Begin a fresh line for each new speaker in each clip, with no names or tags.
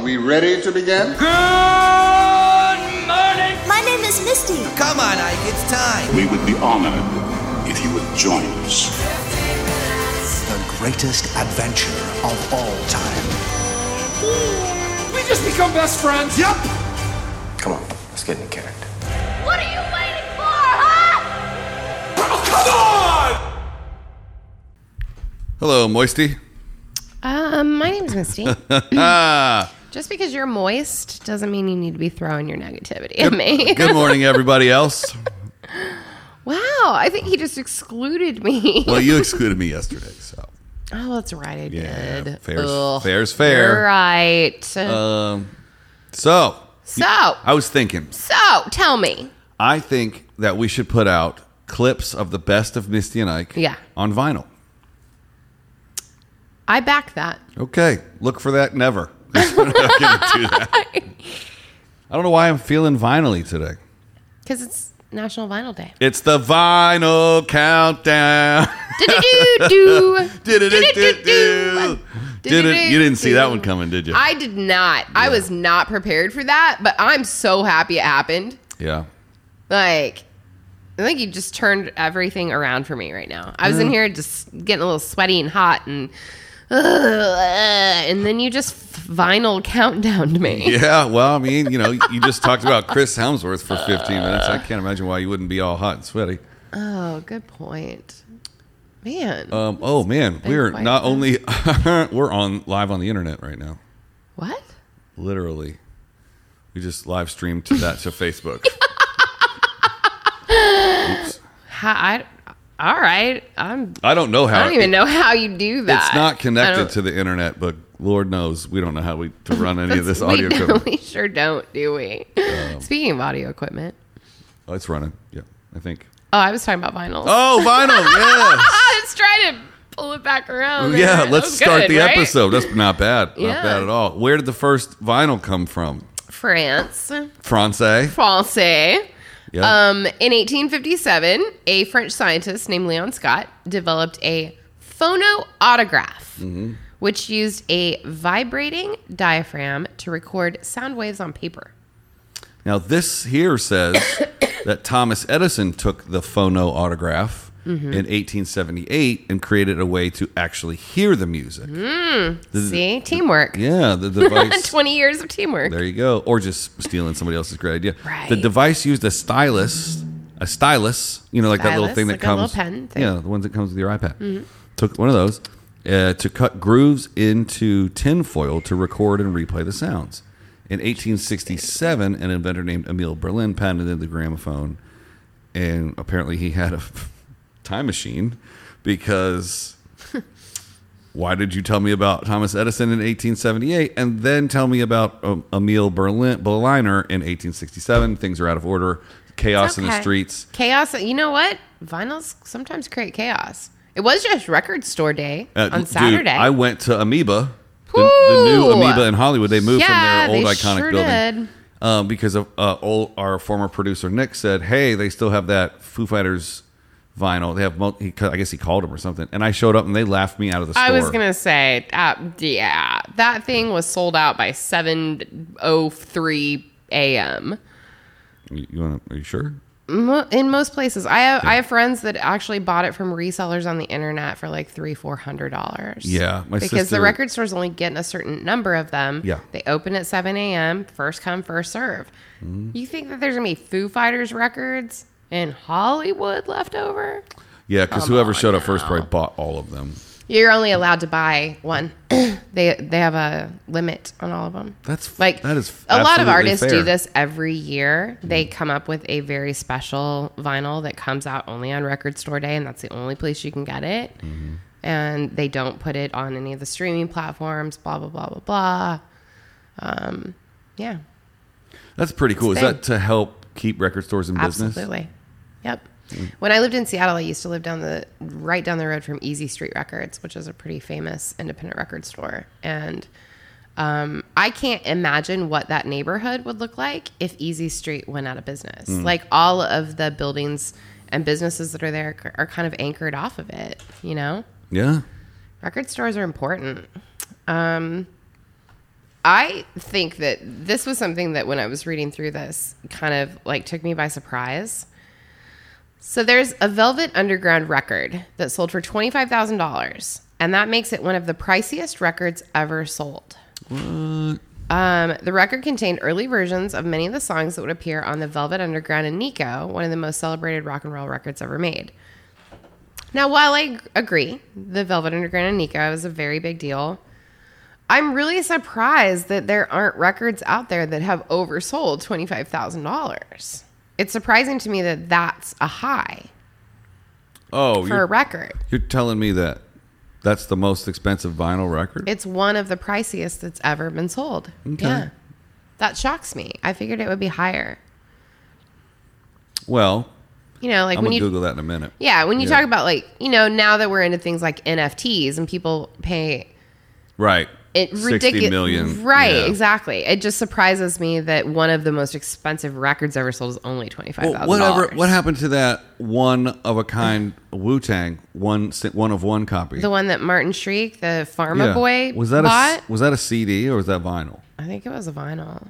we ready to begin?
My name is Misty.
Come on, Ike, it's time.
We would be honored if you would join us.
the greatest adventure of all time.
We just become best friends. Yep.
Come on, let's get in character.
What are you waiting for, huh?
Hello, Moisty.
Um, my name's Misty.
Ah,
Just because you're moist doesn't mean you need to be throwing your negativity at me.
good morning, everybody else.
wow, I think he just excluded me.
Well, you excluded me yesterday, so
Oh, that's right, I
Yeah,
did.
fair's-
Ugh.
fair's fair.
You're Right.
so
so,
I was thinking,
so tell me.
I think that we should put out clips of the best of Misty and Ike,
Yeah.
on vinyl.
I back that.
Okay, look for that. Never. We're not gonna do that. I don't know why I'm feeling vinyl today.
Because it's National Vinyl Day.
It's the vinyl countdown.
Do-do-do-do.
Did it?
Do-do-do-do.
Did it? You didn't see that one coming, did you?
I did not. I was not prepared for that, but I'm so happy it happened.
Yeah.
Like, I think you just turned everything around for me right now. I was
Mm.
in here just getting a little sweaty and hot, and and then you just vinyl countdowned me.
Yeah, well, I mean, you know, you just talked about Chris Helmsworth for 15 minutes. I can't imagine why you wouldn't be all hot and sweaty.
Oh, good point, man.
Um, oh man, we're
quite
not
fun.
only we're on live on the internet right now.
what?
Literally, we just live streamed to that to Facebook. Oops.
How, I, all right. I'm.
I don't know how.
I don't even know how you do that.
Uh, It's not
I
connected
don't-
to the internet, but Lord knows we don't know how we to run any of this
We
audio.
don't-
equipment. Um,
We sure don't, do we? Speaking of audio equipment,
Oh, it's running. Yeah, I think.
oh, I was talking about vinyls.
Oh, vinyl. Yes.
Let's try to pull it back around.
Yeah,
That
let's
was
start
good,
the
right?
episode. That's not bad. Not
Yeah.
bad at all. Where did the first vinyl come from?
France,
France.
France.
Yeah.
Um, in 1857, a French scientist named Leon Scott developed a phonoautograph,
Mm-hmm.
which used a vibrating diaphragm to record sound waves on paper.
now, this here says that Thomas Edison took the phono autograph in 1878 and created a way to actually hear the music. The-
See, teamwork.
Mm. Yeah, the device.
20 years of teamwork.
there you go. Or just stealing somebody else's great idea. The
Right.
device used a stylus, a stylus, you know, like that little
Stylus,
thing that
like a little
comes.
pen thing. Mm-hmm.
Yeah, the ones that comes with your iPad. Took one of those uh, to cut grooves into tinfoil to record and replay the sounds. In 1867, an inventor named Emil Berlin patented the gramophone, and apparently he had a time machine because. Why did you tell me about Thomas Edison in 1878 and then tell me about um, Emil Berlin, Berliner in 1867? Things are out of order. Chaos in the
Okay.
streets.
Chaos. You know what? Vinyls sometimes create chaos. It was just record store day
Uh,
on
dude,
Saturday.
I went to Amoeba, the, the new
Woo!
Amoeba in Hollywood. They moved
Yeah,
from their
they
old iconic
sure
building
did.
um, because of uh, old, our former producer Nick said, "Hey, they still have that Foo Fighters vinyl. They have, mul- he, ca- I guess he called him or something." And I showed up and they laughed me out of the store.
I was gonna say, uh, yeah, that thing was sold out by seven oh three a.m.
You, you wanna, are you sure?
Mo- In most places, I have I have friends that actually bought it from resellers on the internet for like three four hundred dollars.
Yeah, my
because
sister-
the record stores only get a certain number of them.
Yeah.
they open at seven a.m. First come, first serve.
Mm.
You think that there's gonna be Foo Fighters records in Hollywood left over?
Yeah, because whoever showed up first probably bought all of them.
You're only allowed to buy one. they they have a limit on all of them.
That's-
like
that is
a lot of
absolutely
artists
fair. Mm-hmm.
do this every year. They come up with a very special vinyl that comes out only on record store day, and that's the only place you can get it.
Mm-hmm.
And they don't put it on any of the streaming platforms. Blah blah blah blah blah. Um, yeah,
That's pretty cool. Is
Same.
that to help keep record stores in business?
absolutely. Yep. When I lived in Seattle, I used to live down the right down the road from Easy Street Records, which is a pretty famous independent record store. And um, I can't imagine what that neighborhood would look like if Easy Street went out of business. Like all of the buildings and businesses that are there c- are kind of anchored off of it. You know,
Yeah.
record stores are important. Um, I think that this was something that when I was reading through this kind of like took me by surprise. So there's a Velvet Underground record that sold for $25,000 and that makes it one of the priciest records ever sold. Um, the record contained early versions of many of the songs that would appear on the Velvet Underground and Nico, one of the most celebrated rock and roll records ever made. Now, while I g- agree, the Velvet Underground and Nico is a very big deal, I'm really surprised that there aren't records out there that have oversold $25,000. It's surprising to me that that's a high
Oh,
for a
you're,
record.
you're telling me that that's the most expensive vinyl record?
It's one of the priciest that's ever been sold.
Okay.
Yeah. That shocks me. I figured it would be higher.
well,
You know, like
I'm
when
gonna
you
Google that in a minute.
Yeah, when you
Yeah.
talk about like, you know, now that we're into things like NFTs and people pay
Right.
it ridiculous
Sixty million.
Right,
Yeah.
exactly. It just surprises me that one of the most expensive records ever sold is only
Well,
$25,000.
whatever. What happened to that one of a kind Wu Tang one si- one of one copy?
The one that Martin Shriek, the Pharma
Yeah.
Boy,
was that
bought.
a was that a CD or was that vinyl?
I think it was a vinyl.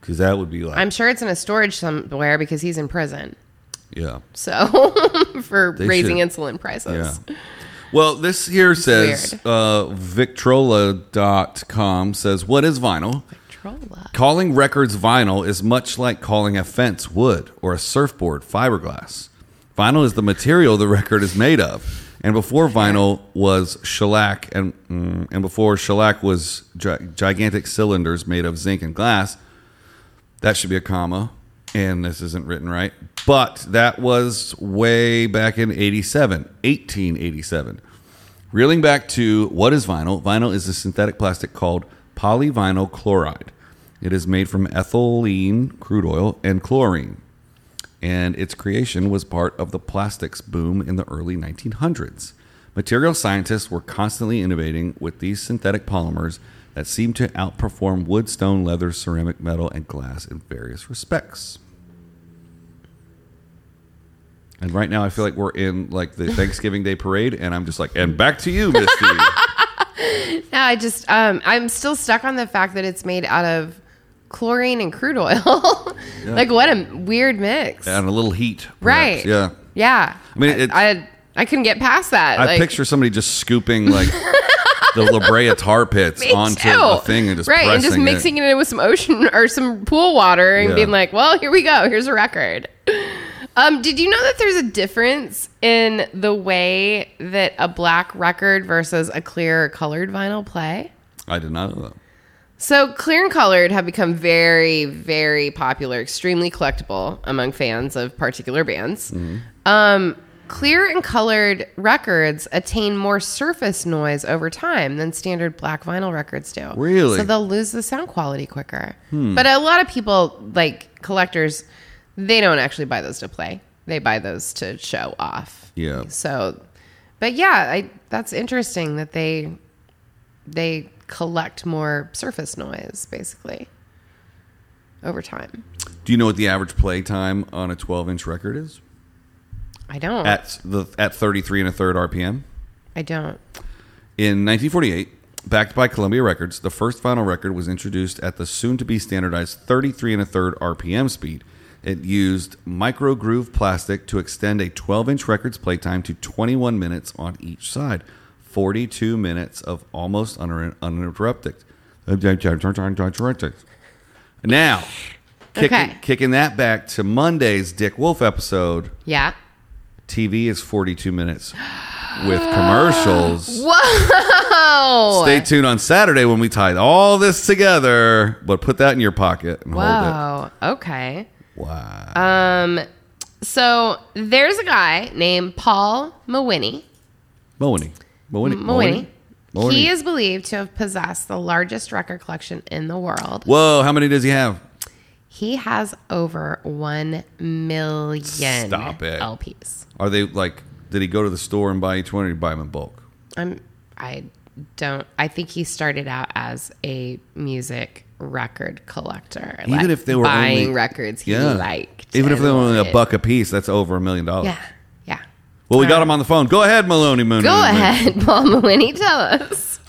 Because that would be like
I'm sure it's in a storage somewhere because he's in prison.
yeah
So for
They
raising
should-
insulin prices.
yeah. Well, this here says
weird.
uh, Victrola.com says, What is vinyl?
Victrola.
Calling records vinyl is much like calling a fence wood or a surfboard fiberglass. Vinyl is the material the record is made of. And before vinyl was shellac, and mm, and before shellac was gi- gigantic cylinders made of zinc and glass. That should be a comma, and this isn't written right. But that was way back in 87, 1887. Reeling back to what is vinyl, vinyl is a synthetic plastic called polyvinyl chloride. It is made from ethylene, crude oil, and chlorine. And its creation was part of the plastics boom in the early 1900s. Material scientists were constantly innovating with these synthetic polymers that seemed to outperform wood, stone, leather, ceramic, metal, and glass in various respects. And right now, I feel like we're in like the Thanksgiving Day parade, and I'm just like, and back to you, Misty.
No, I just um, I'm still stuck on the fact that it's made out of chlorine and crude oil. like what a weird mix.
and a little heat, perhaps.
right.
Yeah,
Yeah.
I mean, it-
I, I I couldn't get past that.
I
like,
picture somebody just scooping like the La Brea tar pits
me
onto
too.
a thing and just
right and just
pressing
mixing it. in with some ocean or some pool water and
Yeah.
being like, well, here we go. Here's a record. Um, did you know that there's a difference in the way that a black record versus a clear colored vinyl play?
I did not know that.
So, clear and colored have become very, very popular, extremely collectible among fans of particular bands.
Mm-hmm.
Um, clear and colored records attain more surface noise over time than standard black vinyl records do.
Really? Hmm.
So they'll lose the sound quality quicker. But a lot of people, like collectors, they don't actually buy those to play. They buy those to show off.
Yeah.
So, but yeah, I, that's interesting that they they collect more surface noise basically over time.
Do you know what the average play time on a 12 inch record is?
I don't.
At the at 33 and a third RPM.
I don't.
In 1948, backed by Columbia Records, the first vinyl record was introduced at the soon to be standardized 33 and a third RPM speed. It used micro groove plastic to extend a 12 inch record's playtime to 21 minutes on each side, 42 minutes of almost uninter- uninterrupted. Now, kicking,
Okay.
kicking that back to Monday's Dick Wolf episode,
Yeah.
TV is 42 minutes with commercials.
Whoa.
Stay tuned on Saturday when we tie all this together. But put that in your pocket and hold
Whoa. Okay.
it. Wow.
Uh, So there's a guy named Paul Mawinny.
Mowini. Mowini.
Mawinny.
Mowini.
He is believed to have possessed the largest record collection in the world.
Whoa, how many does he have?
He has over 1 million
Stop it.
LPs.
Are they like, did he go to the store and buy each one or did he buy them in bulk?
I'm I don't I think he started out as a music record collector.
Even
like,
if they were
buying
only-
records he liked.
Even if
and
they were only a
wanted.
buck a piece, that's over a million dollars.
Yeah. Yeah.
Well, we got him on the phone. Go ahead, Maloney Moon.
Go
Moon, Moon.
ahead, Paul Mawinny, tell us.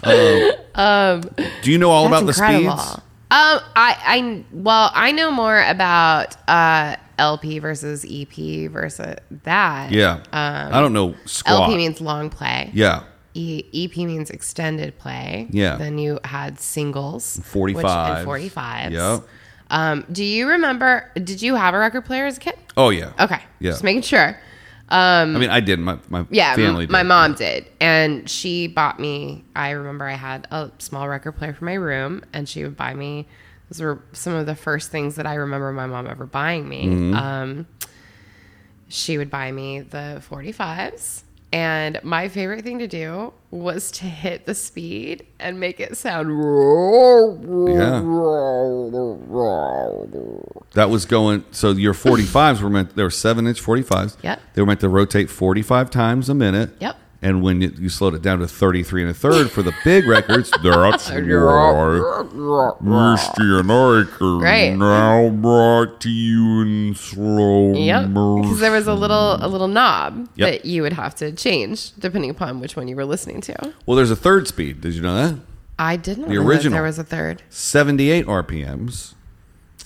Do you know all
That's
about
incredible.
the speeds?
Um, I, I, well, I know more about uh, LP versus EP versus that.
Yeah. I don't know squat.
LP Um, means long play.
yeah.
E- EP means extended play.
Yeah.
Then you had singles. which-
45.
And 45.
Yep.
Um, do you remember, did you have a record player as a kid?
Oh yeah.
Okay.
Yeah.
Just making sure.
I mean, I didn't. My my
Yeah, m-
family. Did.
my mom did, and she bought me. I remember I had a small record player for my room, and she would buy me. Those were some of the first things that I remember my mom ever buying me.
Mm-hmm.
Um, she would buy me the 45s, and my favorite thing to do was to hit the speed and make it sound.
Yeah. That was going. So your 45s were meant. They were seven inch 45s.
Yep.
They were meant to rotate 45 times a minute.
Yep.
And when you, you slowed it down to 33 and a third for the big records, that's why Misty and Ike are
Right.
now brought to you in slow
Yep, because there was a little a little knob
Yep.
that you would have to change depending upon which one you were listening to.
Well, there's a third speed. Did you know that?
I did not
The
know that
original.
there was a third.
78 RPMs.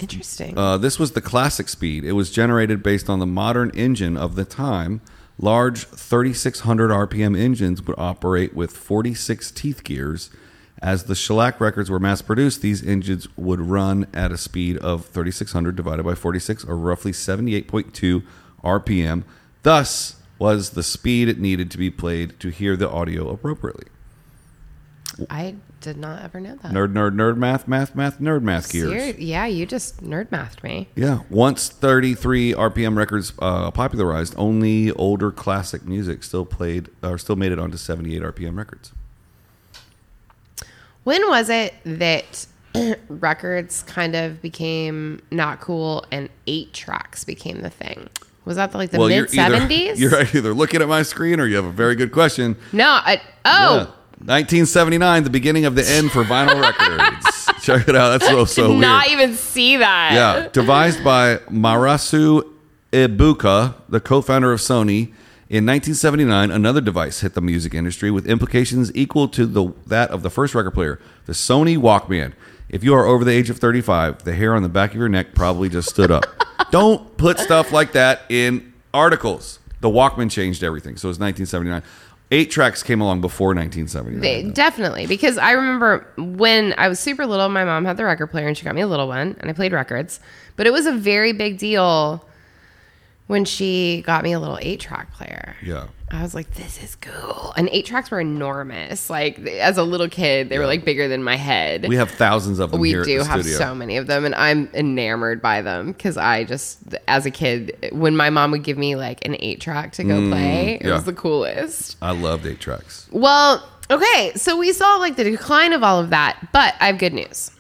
Interesting.
Uh, this was the classic speed. It was generated based on the modern engine of the time. Large 3,600 RPM engines would operate with 46 teeth gears. As the shellac records were mass produced, these engines would run at a speed of 3,600 divided by 46, or roughly 78.2 RPM. Thus, was the speed it needed to be played to hear the audio appropriately.
I did not ever know that.
Nerd, nerd, nerd, math, math, math, nerd, math gears.
Seri- yeah, you just nerd mathed me.
Yeah. Once 33 RPM records uh, popularized, only older classic music still played or still made it onto 78 RPM records.
When was it that records kind of became not cool and eight tracks became the thing? Was that like the mid
either,
70s?
you're either looking at my screen or you have a very good question.
No, I,
Yeah.
oh,
1979, the beginning of the end for vinyl records. Check it out. That's so, so
did
Oh, weird.
not even see that.
Yeah, devised by Marasu Ibuka, the co-founder of Sony. In 1979, another device hit the music industry with implications equal to the that of the first record player, the Sony Walkman. If you are over the age of 35, the hair on the back of your neck probably just stood up. Don't put stuff like that in articles. The Walkman changed everything. So it was 1979. Eight tracks came along before 1979.
They- definitely because I remember when I was super little, my mom had the record player and she got me a little one, and I played records. But it was a very big deal when she got me a little eight track player.
yeah.
I was like, this is cool. And eight tracks were enormous. Like th- as a little kid, they were like bigger than my head.
We have thousands of them
We
here at
do
the
have
studio.
so many of them, and I'm enamored by them because I just, as a kid, when my mom would give me like an eight track to go play, it
Mm, yeah.
was the coolest.
I loved eight tracks.
Well, okay, so we saw like the decline of all of that, but I have good news.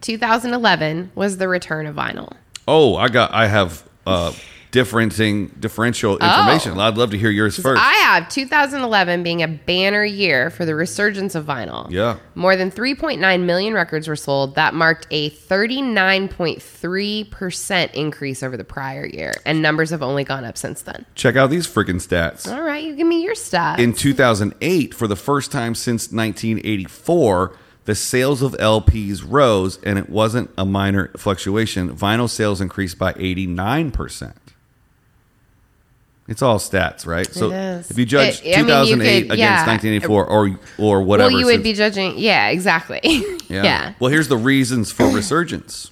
2011 was the return of vinyl.
Oh, I got. I have uh, differencing differential information. I'd love to hear yours first.
Oh. I have 2011 being a banner year for the resurgence of vinyl.
Yeah.
More than 3.9 million records were sold. That marked a 39.3% increase over the prior year, and numbers have only gone up since then.
Check out these freaking stats.
All right, you give me your stuff.
In 2008, for the first time since 1984, the sales of LPs rose, and it wasn't a minor fluctuation. Vinyl sales increased by 89 percent. It's all stats, right? so
is.
if you judge
It- I mean, you
2008
could-
against
yeah.
1984 or or whatever,
well, you would
since-
be judging. Yeah, exactly. yeah.
Well, here's the reasons for resurgence.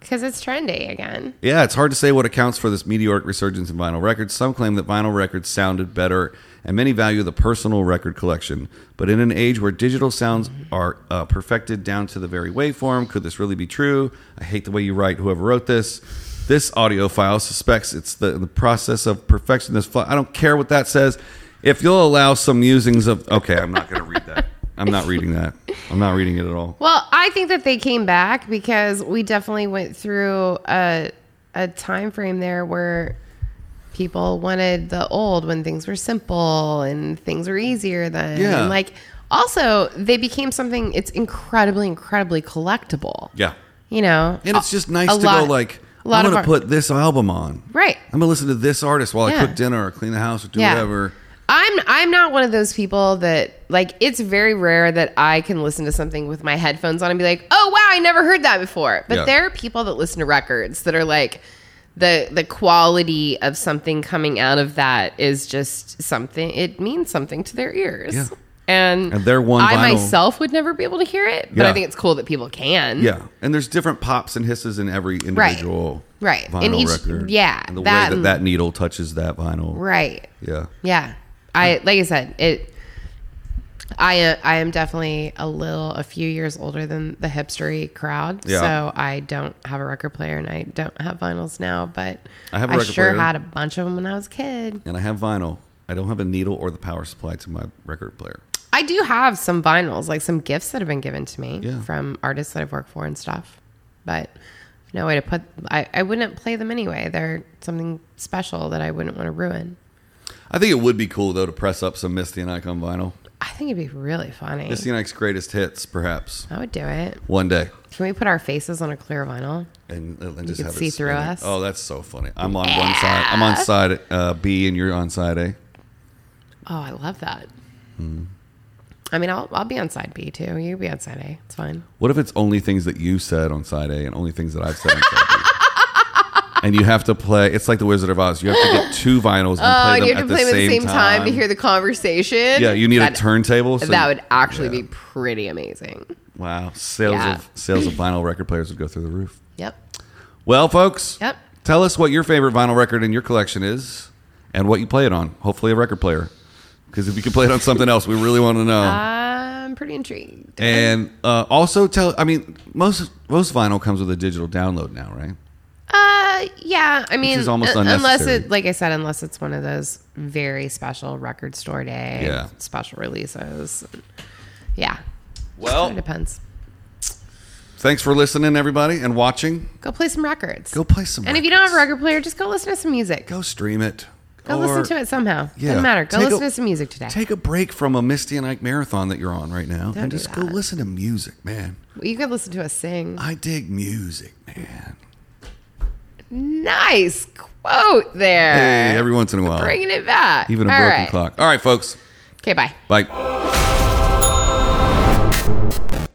Because it's trendy again.
Yeah, it's hard to say what accounts for this meteoric resurgence in vinyl records. Some claim that vinyl records sounded better, and many value the personal record collection. But in an age where digital sounds are uh, perfected down to the very waveform, could this really be true? I hate the way you write, whoever wrote this. This audiophile suspects it's the, the process of perfection. This fl- I don't care what that says. If you'll allow some musings of. Okay, I'm not going to read that. I'm not reading that. I'm not reading it at all.
Well, I think that they came back because we definitely went through a a time frame there where people wanted the old when things were simple and things were easier then.
Yeah.
And like also they became something it's incredibly, incredibly collectible.
Yeah.
You know?
And it's just nice
a
to go
lot-
like
a lot
I'm
of
gonna
our-
put this album on.
Right.
I'm gonna listen to this artist while I
Yeah.
cook dinner or clean the house or do
Yeah.
whatever.
I'm I'm not one of those people that like it's very rare that I can listen to something with my headphones on and be like, "Oh wow, I never heard that before." But
Yeah.
there are people that listen to records that are like the the quality of something coming out of that is just something it means something to their ears.
Yeah.
And,
And their one
I
vinyl-
myself would never be able to hear it, but
Yeah.
I think it's cool that people can.
Yeah, and there's different pops and hisses in every individual
Right.
vinyl
In each-
record.
yeah,
and the way
that
that
and-
that needle touches that vinyl.
Right.
Yeah.
Yeah. I like I said, it I uh, I am definitely a little a few years older than the hipstery crowd.
Yeah.
So I don't have a record player and I don't have vinyls now, but
I have a record
sure
player.
had a bunch of them when I was a kid.
And I have vinyl. I don't have a needle or the power supply to my record player.
I do have some vinyls, like some gifts that have been given to me
Yeah.
from artists that I've worked for and stuff. But no way to put I, I wouldn't play them anyway. They're something special that I wouldn't want to ruin.
I think it would be cool though to press up some Misty and Ike on vinyl.
I think it'd be really funny.
Misty and Ike's greatest hits, perhaps
I would do it.
one day,
Can we put our faces on a clear vinyl?
and, and just
could
have it
see through
spinning.
us.
Oh, that's so funny. I'm on one side. I'm on side uh, B, and you're on side A.
Oh, I love that.
Hmm.
I mean, I'll I'll be on side B too. You be on side A. It's fine.
What if it's only things that you said on side A and only things that I've said on side B? And you have to play. It's like the Wizard of Oz. You have to get two vinyls and
Oh,
play them
you have
at
to play
the,
them
same time.
to hear the conversation.
yeah, you need
that,
a turntable. so-
That would actually
Yeah.
be pretty amazing.
wow. Sales
Yeah.
of sales of vinyl record players would go through the roof.
Yep.
Well, folks,
Yep.
tell us what your favorite vinyl record in your collection is and what you play it on. Hopefully, a record player. Because if you can play it on something else, we really want to know.
Uh, I'm pretty intrigued.
and uh, also tell, I mean, most most vinyl comes with a digital download now, right?
Uh, yeah. I mean,
is almost
un- unless
unnecessary.
it, like I said, unless it's one of those very special record store day,
Yeah.
special releases. Yeah.
Well,
it depends.
Thanks for listening, everybody, and watching.
Go play some records.
Go play some.
And if you don't have a
records.
record player, just go listen to some music.
go stream it.
Go listen to it somehow. Doesn't matter. Go listen to some music today.
Take a break from a Misty and Ike marathon that you're on right now, and
do
just go
that.
listen to music, man.
you can listen to us sing.
I dig music, man.
Nice quote there.
Hey, every once in a while,
Bringing it back.
even a
All
broken
right.
clock. All right, folks.
Okay, bye.
Bye.